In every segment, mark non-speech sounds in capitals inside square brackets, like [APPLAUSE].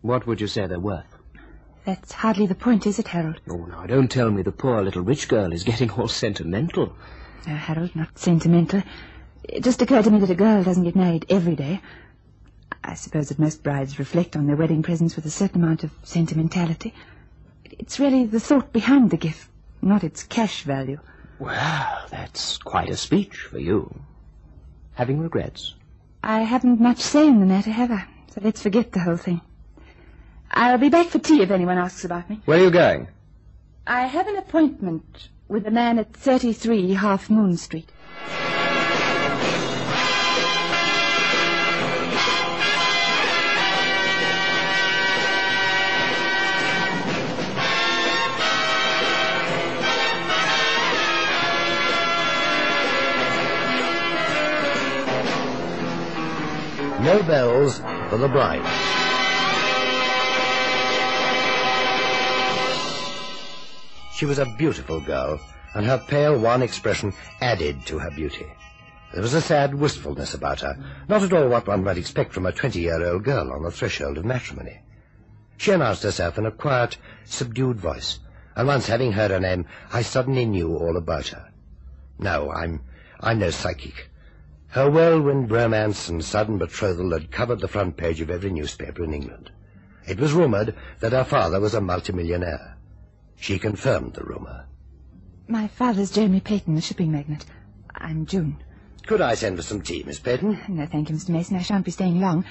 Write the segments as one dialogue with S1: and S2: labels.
S1: What would you say they're worth?
S2: That's hardly the point, is it, Harold?
S1: Oh, now, don't tell me the poor little rich girl is getting all sentimental.
S2: No, Harold, not sentimental. It just occurred to me that a girl doesn't get married every day. I suppose that most brides reflect on their wedding presents with a certain amount of sentimentality. It's really the thought behind the gift, not its cash value.
S1: Well, that's quite a speech for you. Having regrets?
S2: I haven't much say in the matter, have I? So let's forget the whole thing. I'll be back for tea if anyone asks about me.
S3: Where are you going?
S2: I have an appointment with a man at 33 Half Moon Street.
S4: No bells for the bride. She was a beautiful girl, and her pale wan expression added to her beauty. There was a sad wistfulness about her, not at all what one might expect from a twenty-year-old girl on the threshold of matrimony. She announced herself in a quiet, subdued voice, and once having heard her name, I suddenly knew all about her. No, I'm, I'm no psychic. Her whirlwind romance and sudden betrothal had covered the front page of every newspaper in England. It was rumoured that her father was a multimillionaire. She confirmed the rumour.
S2: My father's Jeremy Payton, the shipping magnate. I'm June.
S4: Could I send for some tea, Miss Peyton?
S2: No, thank you, Mr. Mason. I shan't be staying long.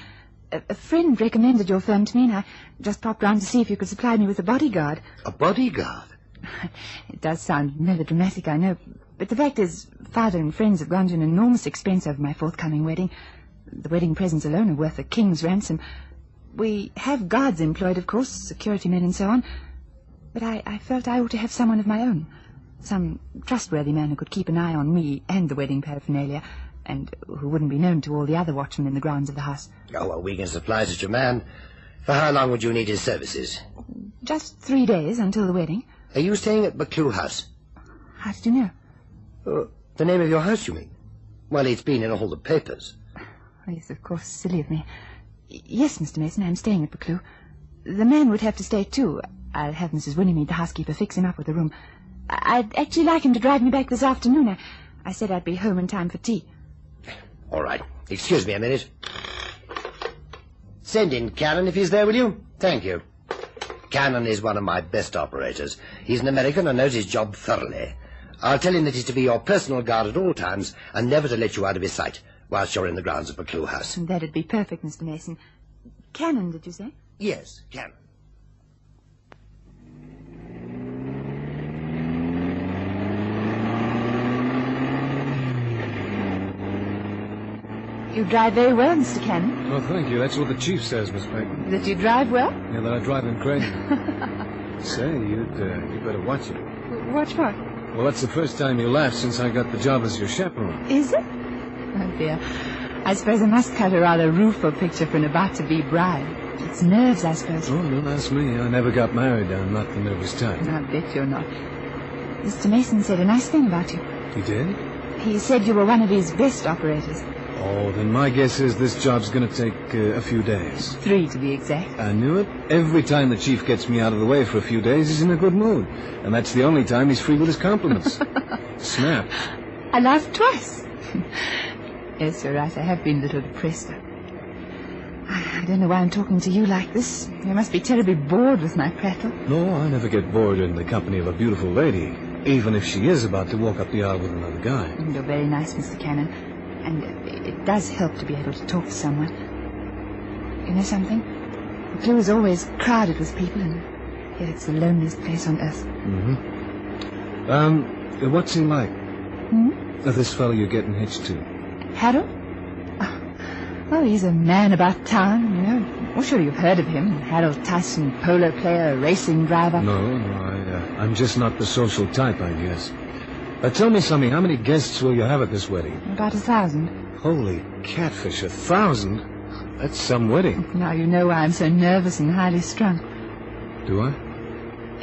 S2: A, a friend recommended your firm to me, and I just popped round to see if you could supply me with a bodyguard.
S4: A bodyguard?
S2: [LAUGHS] It does sound melodramatic, I know, but the fact is, father and friends have gone to an enormous expense over my forthcoming wedding. The wedding presents alone are worth a king's ransom. We have guards employed, of course, security men and so on, but I, I felt I ought to have someone of my own. Some trustworthy man who could keep an eye on me and the wedding paraphernalia, and who wouldn't be known to all the other watchmen in the grounds of the house.
S4: Oh, well, we can supply such a man. For how long would you need his services?
S2: Just three days until the wedding.
S4: Are you staying at McClue House?
S2: How did you know?
S4: Uh, the name of your house, you mean? Well, it's been in all the papers.
S2: Oh, yes, of course, silly of me. Y- Yes, Mr. Mason, I'm staying at Buccleuch. The man would have to stay too. I'll have Mrs. Winnemede, the housekeeper, fix him up with a room. I- I'd actually like him to drive me back this afternoon. I, I said I'd be home in time for tea.
S4: All right. Excuse me a minute. Send in Cannon if he's there, will you? Thank you. Cannon is one of my best operators. He's an American and knows his job thoroughly. I'll tell him that he's to be your personal guard at all times and never to let you out of his sight whilst you're in the grounds of McClue House.
S2: That'd be perfect, Mr. Mason. Cannon, did you say?
S4: Yes, Cannon.
S2: You drive very well, Mr. Cannon.
S3: Well, thank you. That's what the chief says, Miss Peyton.
S2: That you drive well?
S3: Yeah, that I drive him [LAUGHS] crazy. Say, you'd, uh, you better watch it.
S2: Watch what?
S3: Well, that's the first time you laughed since I got the job as your chaperone.
S2: Is it? Oh, dear. I suppose I must cut a rather rueful picture for an about-to-be bride. It's nerves, I suppose.
S3: Oh, don't ask me. I never got married. I'm not the nervous type.
S2: I bet you're not. Mr. Mason said a nice thing about you.
S3: You did?
S2: He said you were one of his best operators.
S3: Oh, then my guess is this job's going to take uh, a few days.
S2: Three, to be exact.
S3: I knew it. Every time the chief gets me out of the way for a few days, he's in a good mood. And that's the only time he's free with his [LAUGHS] compliments. Snap.
S2: I laughed twice. [LAUGHS] yes, you're right. I have been a little depressed. Ah, I I don't know why I'm talking to you like this. You must be terribly bored with my prattle.
S3: No, I never get bored in the company of a beautiful lady, even if she is about to walk up the aisle with another guy.
S2: And You're very nice, Mr. Cannon. And uh, it does help to be able to talk to someone. You know something? The clue is always crowded with people, and yet it's the loneliest place on earth.
S3: Mm-hmm. Um, what's he like?
S2: Hmm?
S3: Uh, This fellow you're getting hitched to.
S2: Harold? Oh, well, he's a man about town, you know. Well, sure, you've heard of him. Harold Tyson, polo player, racing driver.
S3: No, no, I, uh, I'm just not the social type, I guess. Uh, tell me something. How many guests will you have at this wedding?
S2: About a thousand.
S3: Holy catfish, a thousand? That's some wedding.
S2: Now you know why I'm so nervous and highly strung.
S3: Do I?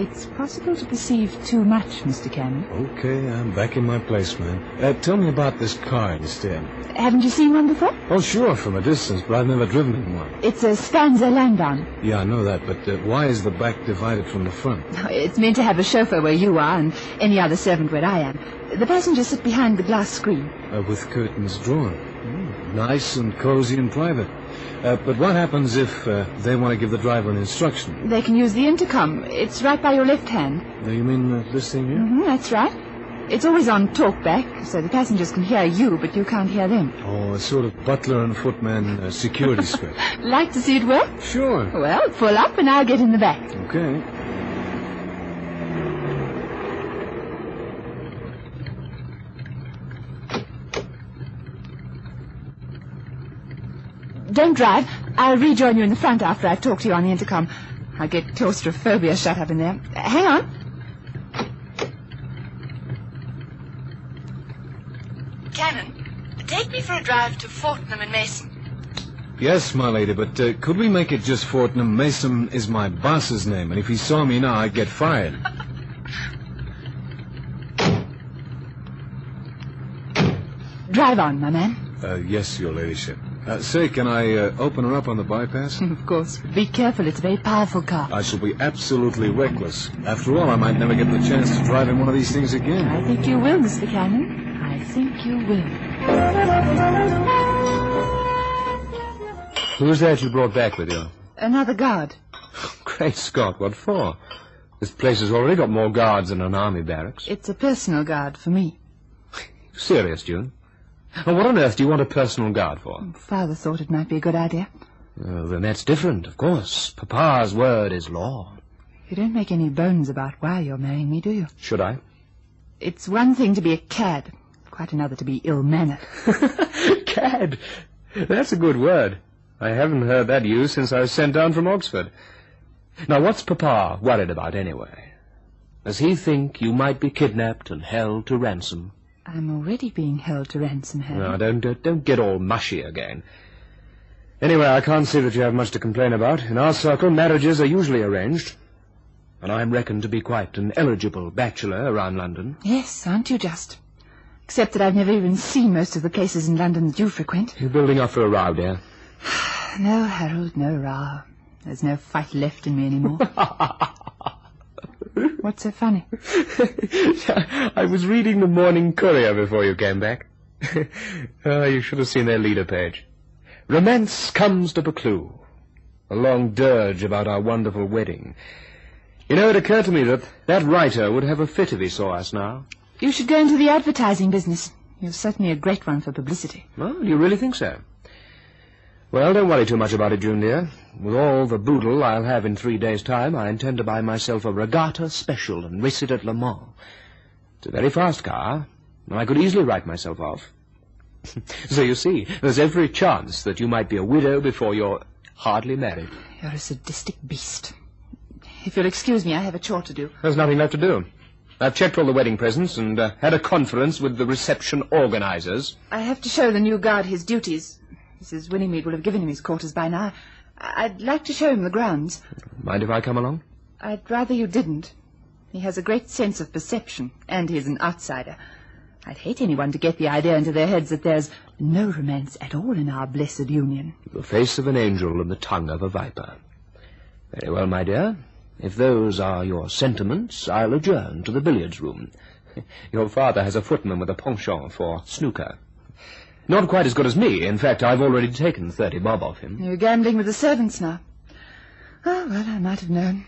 S2: It's possible to perceive too much, Mr. Cameron.
S3: Okay, I'm back in my place, man. Uh, tell me about this car instead.
S2: Haven't you seen one before?
S3: Oh, sure, from a distance, but I've never driven in one.
S2: It's a Stanza Landon.
S3: Yeah, I know that, but uh, why is the back divided from the front?
S2: It's meant to have a chauffeur where you are and any other servant where I am. The passengers sit behind the glass screen.
S3: Uh, with curtains drawn. Mm, Nice and cozy and private. Uh, but what happens if uh, they want to give the driver an instruction?
S2: They can use the intercom. It's right by your left hand.
S3: Uh, You mean uh, this thing here?
S2: hmm that's right. It's always on talkback, so the passengers can hear you, but you can't hear them.
S3: Oh, a sort of butler and footman uh, security script.
S2: Like to see it work?
S3: Sure.
S2: Well, pull up and I'll get in the back.
S3: Okay.
S2: Don't drive. I'll rejoin you in the front after I've talked to you on the intercom. I get claustrophobia shut up in there. Uh, hang on. Cannon, take me for a drive to Fortnum and Mason.
S3: Yes, my lady, but uh, could we make it just Fortnum? Mason is my boss's name, and if he saw me now, I'd get fired.
S2: Drive on, my man. [LAUGHS]
S3: Uh, yes, your ladyship. Uh, say, can I uh, open her up on the bypass?
S2: Of course. Be careful. It's a very powerful car.
S3: I shall be absolutely reckless. After all, I might never get the chance to drive in one of these things again.
S2: I think you will, Mr. Cannon. I think you will.
S4: Who's that you brought back with you?
S2: Another guard.
S4: Great Scott, what for? This place has already got more guards than an army barracks.
S2: It's a personal guard for me.
S4: Serious, June? Now, what on earth do you want a personal guard for?
S2: Father thought it might be a good idea.
S4: Oh, then that's different, of course. Papa's word is law.
S2: You don't make any bones about why you're marrying me, do you?
S4: Should I?
S2: It's one thing to be a cad, quite another to be ill mannered.
S4: [LAUGHS] Cad. That's a good word. I haven't heard that used since I was sent down from Oxford. Now, what's Papa worried about anyway? Does he think you might be kidnapped and held to ransom?
S2: I'm already being held to ransom, Harry.
S4: No, don't, don't, don't get all mushy again. Anyway, I can't see that you have much to complain about. In our circle, marriages are usually arranged. And I'm reckoned to be quite an eligible bachelor around London.
S2: Yes, aren't you just? Except that I've never even seen most of the places in London that you frequent.
S4: You're building up for a row, dear.
S2: No, Harold, no row. There's no fight left in me anymore. What's so funny?
S4: [LAUGHS] I was reading the Morning Courier before you came back. [LAUGHS] Ah, you should have seen their leader page. Romance comes to Buccleuch. A long dirge about our wonderful wedding. You know, it occurred to me that that writer would have a fit if he saw us now.
S2: You should go into the advertising business. You're certainly a great one for publicity.
S4: Oh, do you really think so? Well, don't worry too much about it, June dear. With all the boodle I'll have in three days' time, I intend to buy myself a regatta special and race it at Le Mans. It's a very fast car, and I could easily write myself off. [LAUGHS] so you see, there's every chance that you might be a widow before you're hardly married.
S2: You're a sadistic beast. If you'll excuse me, I have a chore to do.
S4: There's nothing left to do. I've checked all the wedding presents and uh, had a conference with the reception organizers.
S2: I have to show the new guard his duties. Mrs. Winniemead will have given him his quarters by now. I- I'd like to show him the grounds.
S4: Mind if I come along?
S2: I'd rather you didn't. He has a great sense of perception, and he's an outsider. I'd hate anyone to get the idea into their heads that there's no romance at all in our blessed union.
S4: The face of an angel and the tongue of a viper. Very well, my dear. If those are your sentiments, I'll adjourn to the billiards room. [LAUGHS] Your father has a footman with a penchant for snooker. Not quite as good as me. In fact, I've already taken 30 bob off him.
S2: You're gambling with the servants now. Oh, well, I might have known.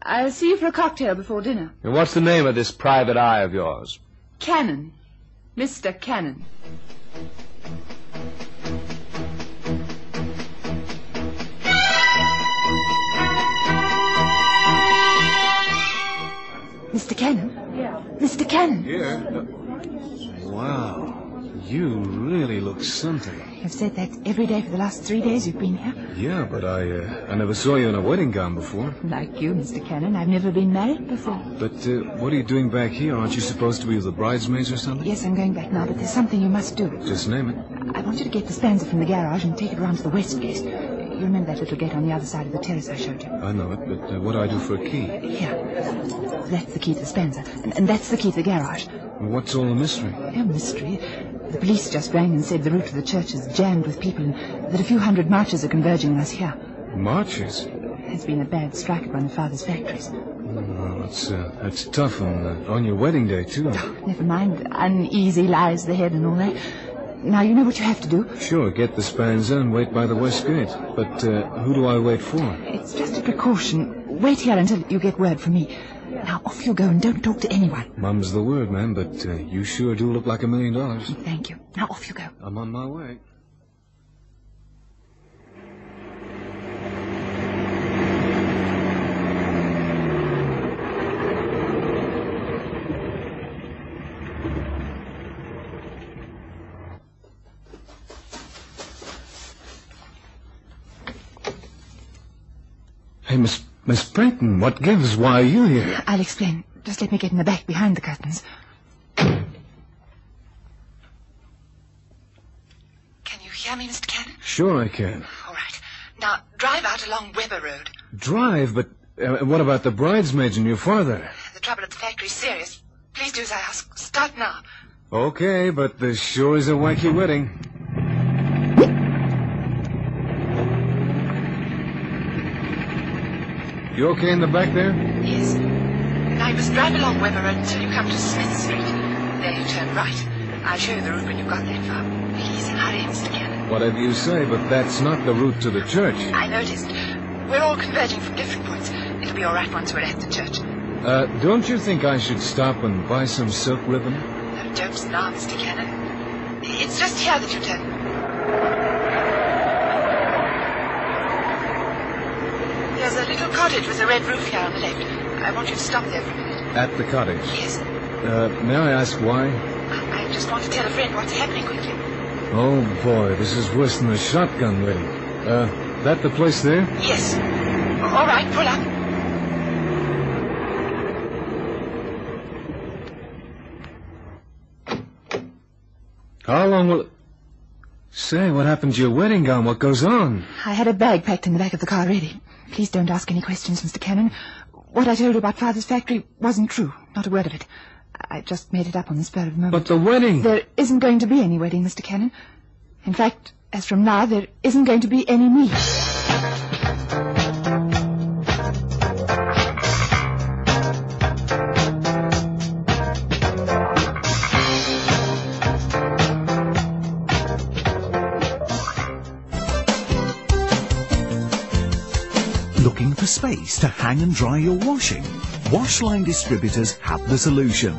S2: I'll see you for a cocktail before dinner.
S4: And what's the name of this private eye of yours?
S2: Cannon. Mr. Cannon. Mr. Cannon? Mr. Cannon?
S3: Yeah. Wow. You really look something.
S2: I've said that every day for the last three days you've been here.
S3: Yeah, but I uh, I never saw you in a wedding gown before.
S2: Like you, Mr. Cannon, I've never been married before.
S3: But uh, what are you doing back here? Aren't you supposed to be with the bridesmaids or something?
S2: Yes, I'm going back now, but there's something you must do.
S3: Just name it.
S2: I want you to get the stanza from the garage and take it round to the west gate. You remember that little gate on the other side of the terrace I showed you?
S3: I know it, but uh, what do I do for a key?
S2: Here. That's the key to the Spencer, and, and that's the key to the garage.
S3: What's all the mystery?
S2: No mystery. The police just rang and said the route to the church is jammed with people and that a few hundred marchers are converging on us here.
S3: Marches?
S2: There's been a bad strike at one of Father's factories.
S3: Well, that's, uh, that's tough on, uh, on your wedding day, too.
S2: Never mind, uneasy lies the head and all that. Now, you know what you have to do?
S3: Sure, get the Spanzer and wait by the west gate. But uh, who do I wait for?
S2: It's just a precaution. Wait here until you get word from me. Now, off you go and don't talk to anyone.
S3: Mum's the word, ma'am, but uh, you sure do look like a million dollars.
S2: Thank you. Now, off you go.
S3: I'm on my way. Hey, Miss Miss Brayton, what gives? Why are you here?
S2: I'll explain. Just let me get in the back behind the curtains. Can you hear me, Mr. Cannon?
S3: Sure, I can
S2: All right. Now, drive out along Weber Road.
S3: drive, but uh, what about the bridesmaids and your father?
S2: The trouble at the factory's serious. Please do as I ask. Start now.
S3: Okay, but this sure is a wacky wedding. You okay in the back there?
S2: Yes. Now, you must drive along Weber Road until you come to Smith Street. There you turn right. I'll show you the route when you've got that far. Please hurry, Mr. Cannon.
S3: Whatever you say, but that's not the route to the church.
S2: I noticed. We're all converging from different points. It'll be all right once we're at the church.
S3: Uh, don't you think I should stop and buy some silk ribbon?
S2: No jokes now, Mr. Cannon. It's just here that you turn. There's a little cottage with a red roof here on the left. I want you to stop there for a minute.
S3: At the cottage.
S2: Yes.
S3: Uh, may I ask why?
S2: I I just want to tell a friend what's happening quickly.
S3: Oh boy, this is worse than a shotgun wedding. Uh, that the place there?
S2: Yes. All right, pull up.
S3: How long will? Say, what happened to your wedding gown? What goes on?
S2: I had a bag packed in the back of the car ready. Please don't ask any questions, Mr. Cannon. What I told you about Father's factory wasn't true. Not a word of it. I just made it up on the spur of the moment.
S3: But the wedding.
S2: There isn't going to be any wedding, Mr. Cannon. In fact, as from now, there isn't going to be any me.
S5: Looking for space to hang and dry your washing? Washline distributors have the solution.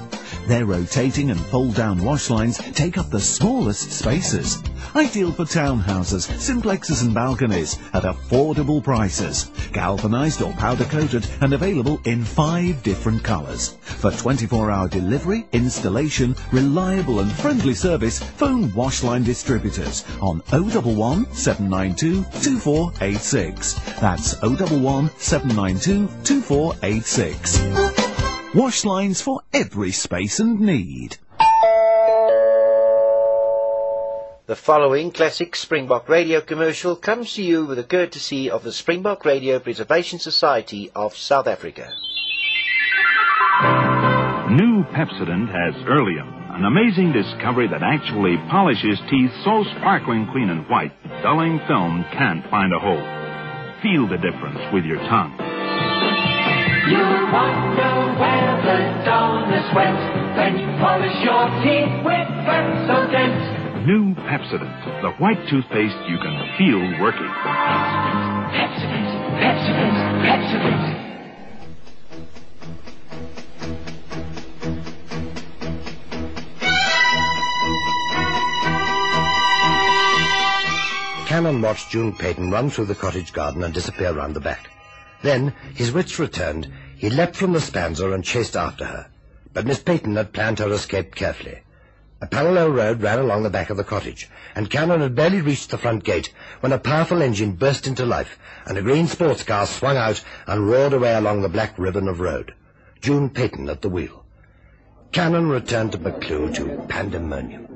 S5: Their rotating and fold down wash lines take up the smallest spaces. Ideal for townhouses, simplexes and balconies at affordable prices. Galvanized or powder coated and available in five different colors. For 24 hour delivery, installation, reliable and friendly service, phone Washline Distributors on 011 792 2486. That's 011 792 2486. Wash lines for every space and need.
S4: The following classic Springbok radio commercial comes to you with the courtesy of the Springbok Radio Preservation Society of South Africa.
S6: New Pepsodent has Earlium, an amazing discovery that actually polishes teeth so sparkling clean and white, dulling film can't find a hole. Feel the difference with your tongue.
S7: You wonder where the dullness went when you polish your teeth with Pepsodent.
S6: New Pepsodent, the white toothpaste you can feel working.
S7: Pepsodent, Pepsodent, Pepsodent.
S4: Cannon watched June Peyton run through the cottage garden and disappear round the back. Then, his wits returned, he leapt from the spanzer and chased after her. But Miss Peyton had planned her escape carefully. A parallel road ran along the back of the cottage, and Cannon had barely reached the front gate when a powerful engine burst into life, and a green sports car swung out and roared away along the black ribbon of road. June Peyton at the wheel. Cannon returned to McClue to pandemonium.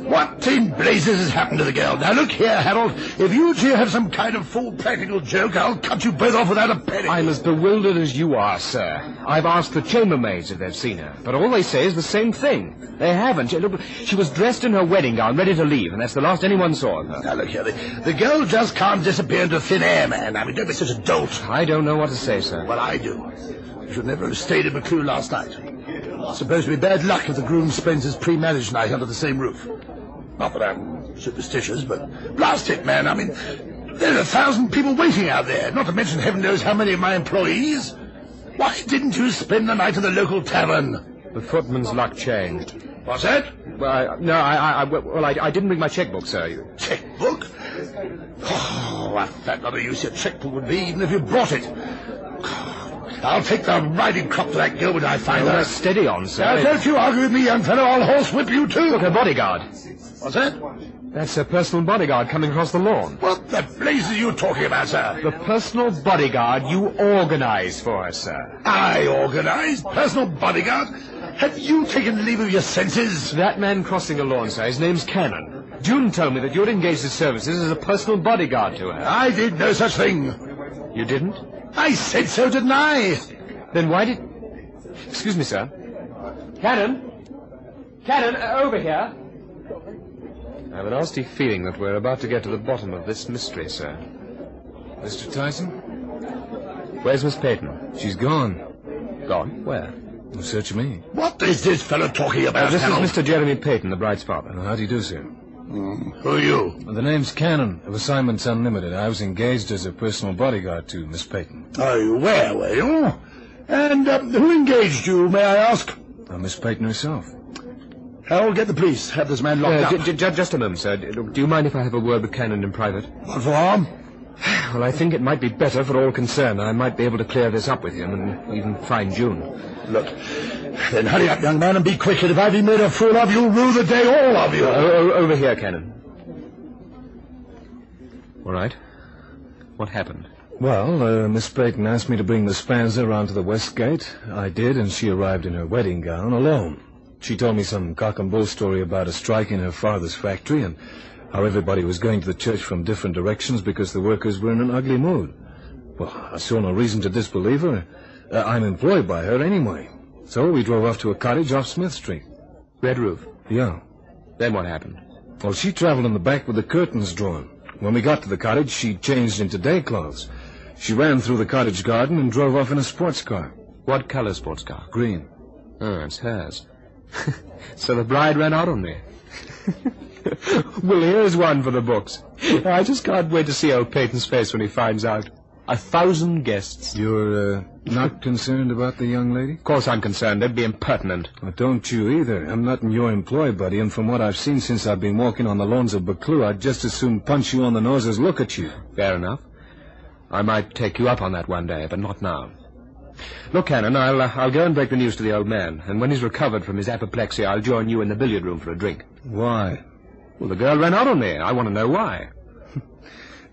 S4: What in blazes has happened to the girl? Now, look here, Harold. If you two have some kind of full practical joke, I'll cut you both off without a penny.
S3: I'm as bewildered as you are, sir. I've asked the chambermaids if they've seen her, but all they say is the same thing. They haven't. She, look, she was dressed in her wedding gown, ready to leave, and that's the last anyone saw of her.
S4: Now, look here. The, the girl just can't disappear into thin air, man. I mean, don't be such a dolt.
S3: I don't know what to say, sir.
S4: Well, I do. You should never have stayed at McClue last night. It's supposed to be bad luck if the groom spends his pre-marriage night under the same roof. Not that I'm superstitious, but blast it, man. I mean, there are a thousand people waiting out there, not to mention heaven knows how many of my employees. Why didn't you spend the night at the local tavern?
S3: The footman's luck changed.
S4: What's that?
S3: Well, I, no, I, I, I- well, I, I didn't bring my checkbook, sir. You-
S4: Checkbook? Oh, what that lot of use your checkbook would be, even if you brought it. I'll take the riding crop to that girl when I find
S3: Well,
S4: her.
S3: steady on, sir.
S4: Now, don't you argue with me, uh, young fellow. I'll horsewhip you too.
S3: Her bodyguard.
S4: What's that?
S3: That's her personal bodyguard coming across the lawn.
S4: What the blazes are you talking about, sir?
S3: The personal bodyguard you organized for her, sir.
S4: I organized personal bodyguard. Have you taken leave of your senses?
S3: That man crossing the lawn, sir, his name's Cannon. June told me that you had engaged his services as a personal bodyguard to her.
S4: I did no such thing.
S3: You didn't?
S4: I said so, didn't I?
S3: Then why did. Excuse me, sir. Cannon? Cannon, uh, over here. I have a nasty feeling that we're about to get to the bottom of this mystery, sir.
S8: Mr. Tyson?
S3: Where's Miss Peyton?
S8: She's gone.
S3: Gone. Where?
S8: Well, search me.
S4: What is this fellow talking about,
S3: this is
S4: Harold?
S3: Mr. Jeremy Peyton, the bride's father.
S8: Well, how do you do, sir?
S4: Who are you?
S8: Well, the name's Cannon of Assignments Unlimited. I was engaged as a personal bodyguard to Miss Peyton.
S4: Oh, where were you? And um, who engaged you, may I ask?
S8: Uh, Miss Peyton herself.
S4: Harold, Oh, get the police. Have this man locked
S3: Uh,
S4: up.
S3: ju- ju- ju- just a moment, sir. D- Look, do you mind if I have a word with Cannon in private?
S4: What for harm?
S3: Well, I think it might be better for all concerned. I might be able to clear this up with him and even find June.
S4: Look, then hurry up, young man, and be quick. And if I've been made a fool of, you'll rue the day, all of you.
S3: O-
S8: Oh,
S3: o- over here, Cannon. All right. What happened?
S8: Well, uh, Miss Peyton asked me to bring the Spanzer round to the west gate. I did, and she arrived in her wedding gown alone. She told me some cock and bull story about a strike in her father's factory and how everybody was going to the church from different directions because the workers were in an ugly mood. Well, I saw no reason to disbelieve her. Uh, I'm employed by her anyway. So we drove off to a cottage off Smith Street.
S3: Red roof.
S8: Yeah.
S3: Then what happened?
S8: Well, she traveled in the back with the curtains drawn. When we got to the cottage, she changed into day clothes. She ran through the cottage garden and drove off in a sports car.
S3: What color sports car?
S8: Green.
S3: Oh, it's hers. [LAUGHS] so the bride ran
S8: [LAUGHS]
S3: out on me. well, here's one for the books. [LAUGHS] I just can't wait to see old Peyton's face when he finds out. A thousand guests.
S8: You're uh, not concerned about the young lady?
S3: Of course I'm concerned. They'd be impertinent.
S8: Well, don't you either. I'm not in your employ, buddy, and from what I've seen since I've been walking on the lawns of Buccleuch, I'd just as soon punch you on the nose as look at you.
S3: Fair enough. I might take you up on that one day, but not now. Look, Cannon, I'll, uh, I'll go and break the news to the old man, and when he's recovered from his apoplexy, I'll join you in the billiard room for a drink.
S8: Why?
S3: Well, the girl ran out on me. I want to know why. [LAUGHS]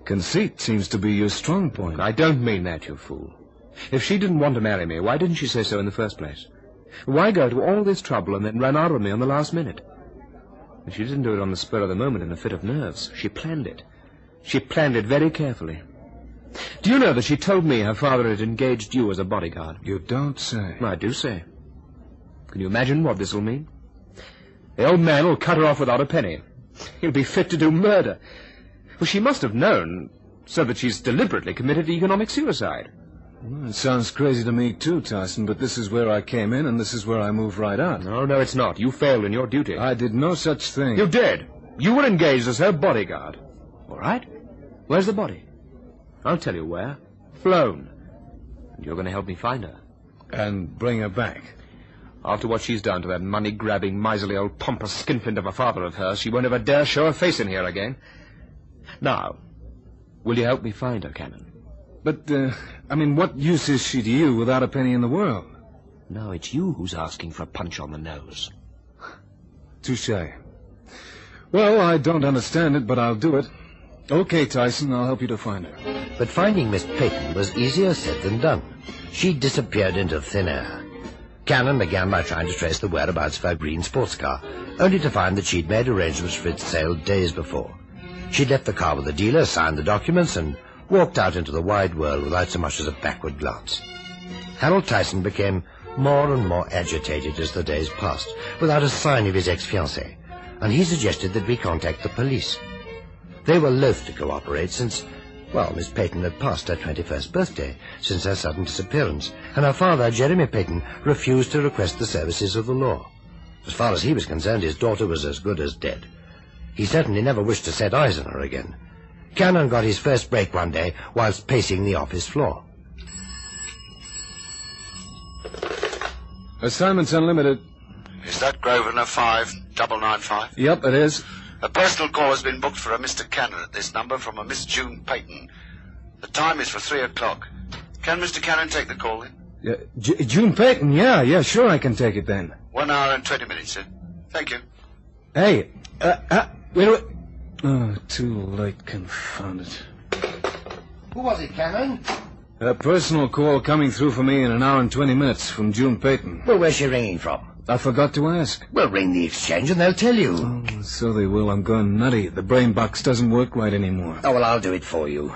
S8: Conceit seems to be your strong point.
S3: I don't mean that, you fool. If she didn't want to marry me, why didn't she say so in the first place? Why go to all this trouble and then run out on me on the last minute? And she didn't do it on the spur of the moment in a fit of nerves. She planned it. She planned it very carefully. Do you know that she told me her father had engaged you as a bodyguard?
S8: You don't say.
S3: I do say. Can you imagine what this will mean? The old man will cut her off without a penny. He'll be fit to do murder. Well, she must have known, so that she's deliberately committed economic suicide.
S8: It sounds crazy to me, too, Tyson, but this is where I came in, and this is where I move right out.
S3: No, no, it's not. You failed in your duty.
S8: I did no such thing.
S3: You did. You were engaged as her bodyguard. All right. Where's the body? I'll tell you where. Flown. And you're going to help me find her.
S8: And bring her back.
S3: After what she's done to that money-grabbing, miserly old pompous skinflint of a father of hers, she won't ever dare show her face in here again. Now, will you help me find her, Cannon?
S8: But, uh, I mean, what use is she to you without a penny in the world?
S1: No, it's you who's asking for a punch on the nose.
S8: Touche. Well, I don't understand it, but I'll do it. Okay, Tyson, I'll help you to find her.
S4: But finding Miss Peyton was easier said than done. She disappeared into thin air. Cannon began by trying to trace the whereabouts of her green sports car, only to find that she'd made arrangements for its sale days before. She'd left the car with the dealer, signed the documents, and walked out into the wide world without so much as a backward glance. Harold Tyson became more and more agitated as the days passed, without a sign of his ex-fiancée, and he suggested that we contact the police. They were loath to cooperate since, well, Miss Peyton had passed her 21st birthday since her sudden disappearance, and her father, Jeremy Peyton, refused to request the services of the law. As far as he was concerned, his daughter was as good as dead. He certainly never wished to set eyes on her again. Cannon got his first break one day whilst pacing the office floor.
S3: Assignments Unlimited.
S9: Is that Grosvenor 5995?
S3: Yep, it is.
S9: A personal call has been booked for a Mr. Cannon at this number from a Miss June Peyton. The time is for three o'clock. Can Mr. Cannon take the call then?
S3: Yeah, J- June Peyton, yeah, yeah, sure I can take it then.
S9: One hour and twenty minutes, sir. Thank you.
S3: Hey, uh, uh, wait a minute. Oh, too late, confound it.
S4: Who was it, Cannon?
S3: A personal call coming through for me in an hour and twenty minutes from June Peyton.
S4: Well, where's she ringing from?
S3: I forgot to ask.
S4: Well, ring the exchange and they'll tell you.
S3: Oh, so they will. I'm going nutty. The brain box doesn't work right anymore.
S4: Oh, well, I'll do it for you.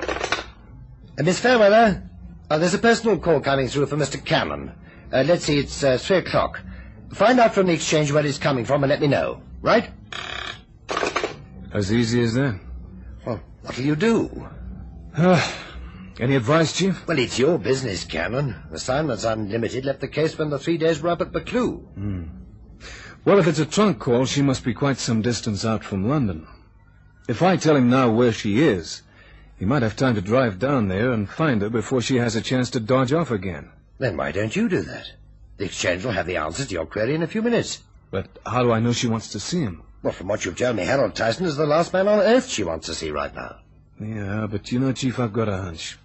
S4: Uh, Miss Fairweather, uh, there's a personal call coming through for Mr. Cannon. Uh, let's see, it's uh, three o'clock. Find out from the exchange where it's coming from and let me know, right?
S3: As easy as that.
S4: Well, what'll you do?
S3: Any advice, Chief?
S4: Well, it's your business, Cannon. Assignments Unlimited left the case when the three days were up at Buccleuch.
S3: Well, if it's a trunk call, she must be quite some distance out from London. If I tell him now where she is, he might have time to drive down there and find her before she has a chance to dodge off again.
S4: Then why don't you do that? The exchange will have the answer to your query in a few minutes.
S3: But how do I know she wants to see him?
S4: Well, from what you've told me, Harold Tyson is the last man on earth she wants to see right now.
S3: Yeah, but you know, Chief, I've got a hunch.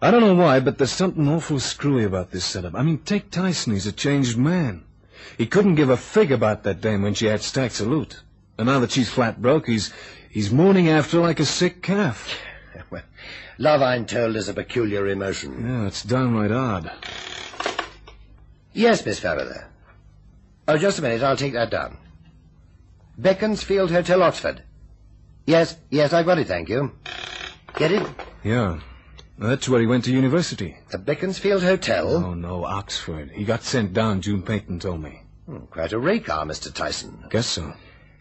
S3: I don't know why, but there's something awful screwy about this setup. I mean, take Tyson. He's a changed man. He couldn't give a fig about that dame when she had stacks of loot. And now that she's flat broke, he's he's mourning after her like a sick calf.
S4: Well, love, I'm told, is a peculiar emotion.
S3: Yeah, it's downright odd.
S4: Yes, Miss Faraday. Oh, just a minute. I'll take that down. Beaconsfield Hotel, Oxford. Yes, yes, I've got it, thank you. Get it?
S3: Yeah. That's where he went to university.
S4: The Beaconsfield Hotel?
S3: Oh, no, Oxford. He got sent down, June Peyton told me.
S4: Hmm, quite a rakear, Mr. Tyson.
S3: Guess so.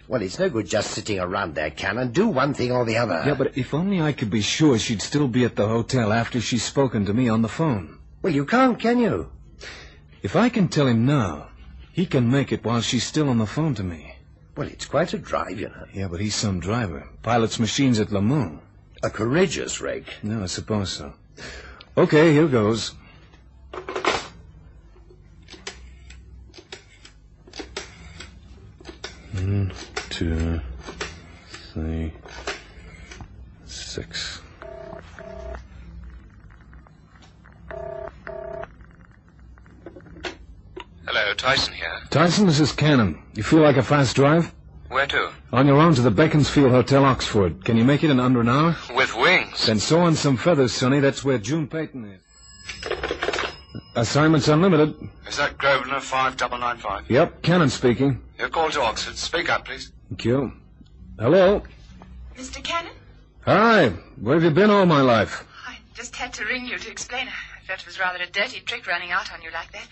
S4: Well, it's no good just sitting around there, Cannon. Do one thing or the other.
S3: Yeah, but if only I could be sure she'd still be at the hotel after she's spoken to me on the phone.
S4: Well, you can't, can you?
S3: If I can tell him now, he can make it while she's still on the phone to me.
S4: Well, it's quite a drive, you know.
S3: Yeah, but he's some driver. Pilots machines at Le Mans.
S4: A courageous rake.
S3: No, I suppose so. Okay, here goes. One, two, three, six.
S9: Hello, Tyson here.
S3: Tyson, this is Cannon. You feel like a fast drive?
S9: Where to?
S3: On your own to the Beaconsfield Hotel, Oxford. Can you make it in under an hour?
S9: With wings.
S3: Then sew on some feathers, Sonny. That's where June Peyton is. Assignments unlimited.
S9: Is that Grosvenor 5995?
S3: Yep, Cannon speaking.
S9: Your call to Oxford. Speak up, please.
S3: Thank you. Hello.
S2: Mr. Cannon,
S3: Hi. Where have you been all my life?
S2: I just had to ring you to explain. I felt it was rather a dirty trick running out on you like that.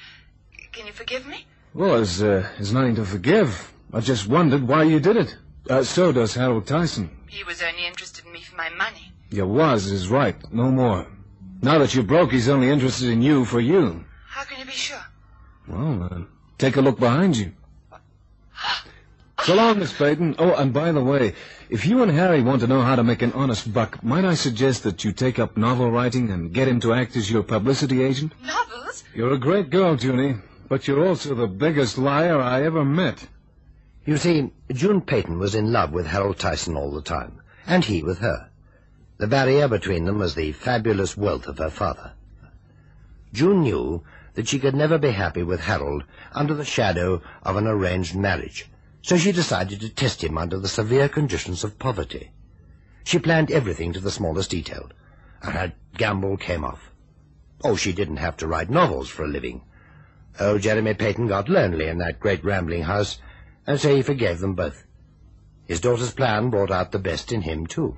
S2: Can you forgive me?
S3: Well, there's, uh, there's nothing to forgive. I just wondered why you did it. Uh, so does Harold Tyson.
S2: He was only interested in me for my money.
S3: You was is right. No more. Now that you're broke, he's only interested in you for you.
S2: How can you be sure?
S3: Well, uh, take a look behind you. So long, Miss Peyton. Oh, and by the way, if you and Harry want to know how to make an honest buck, might I suggest that you take up novel writing and get him to act as your publicity agent?
S2: Novels?
S3: You're a great girl, Junie, but you're also the biggest liar I ever met.
S4: You see, June Peyton was in love with Harold Tyson all the time, and he with her. The barrier between them was the fabulous wealth of her father. June knew that she could never be happy with Harold under the shadow of an arranged marriage, so she decided to test him under the severe conditions of poverty. She planned everything to the smallest detail, and her gamble came off. Oh, she didn't have to write novels for a living. Old Jeremy Peyton got lonely in that great rambling house, and so he forgave them both. His daughter's plan brought out the best in him, too.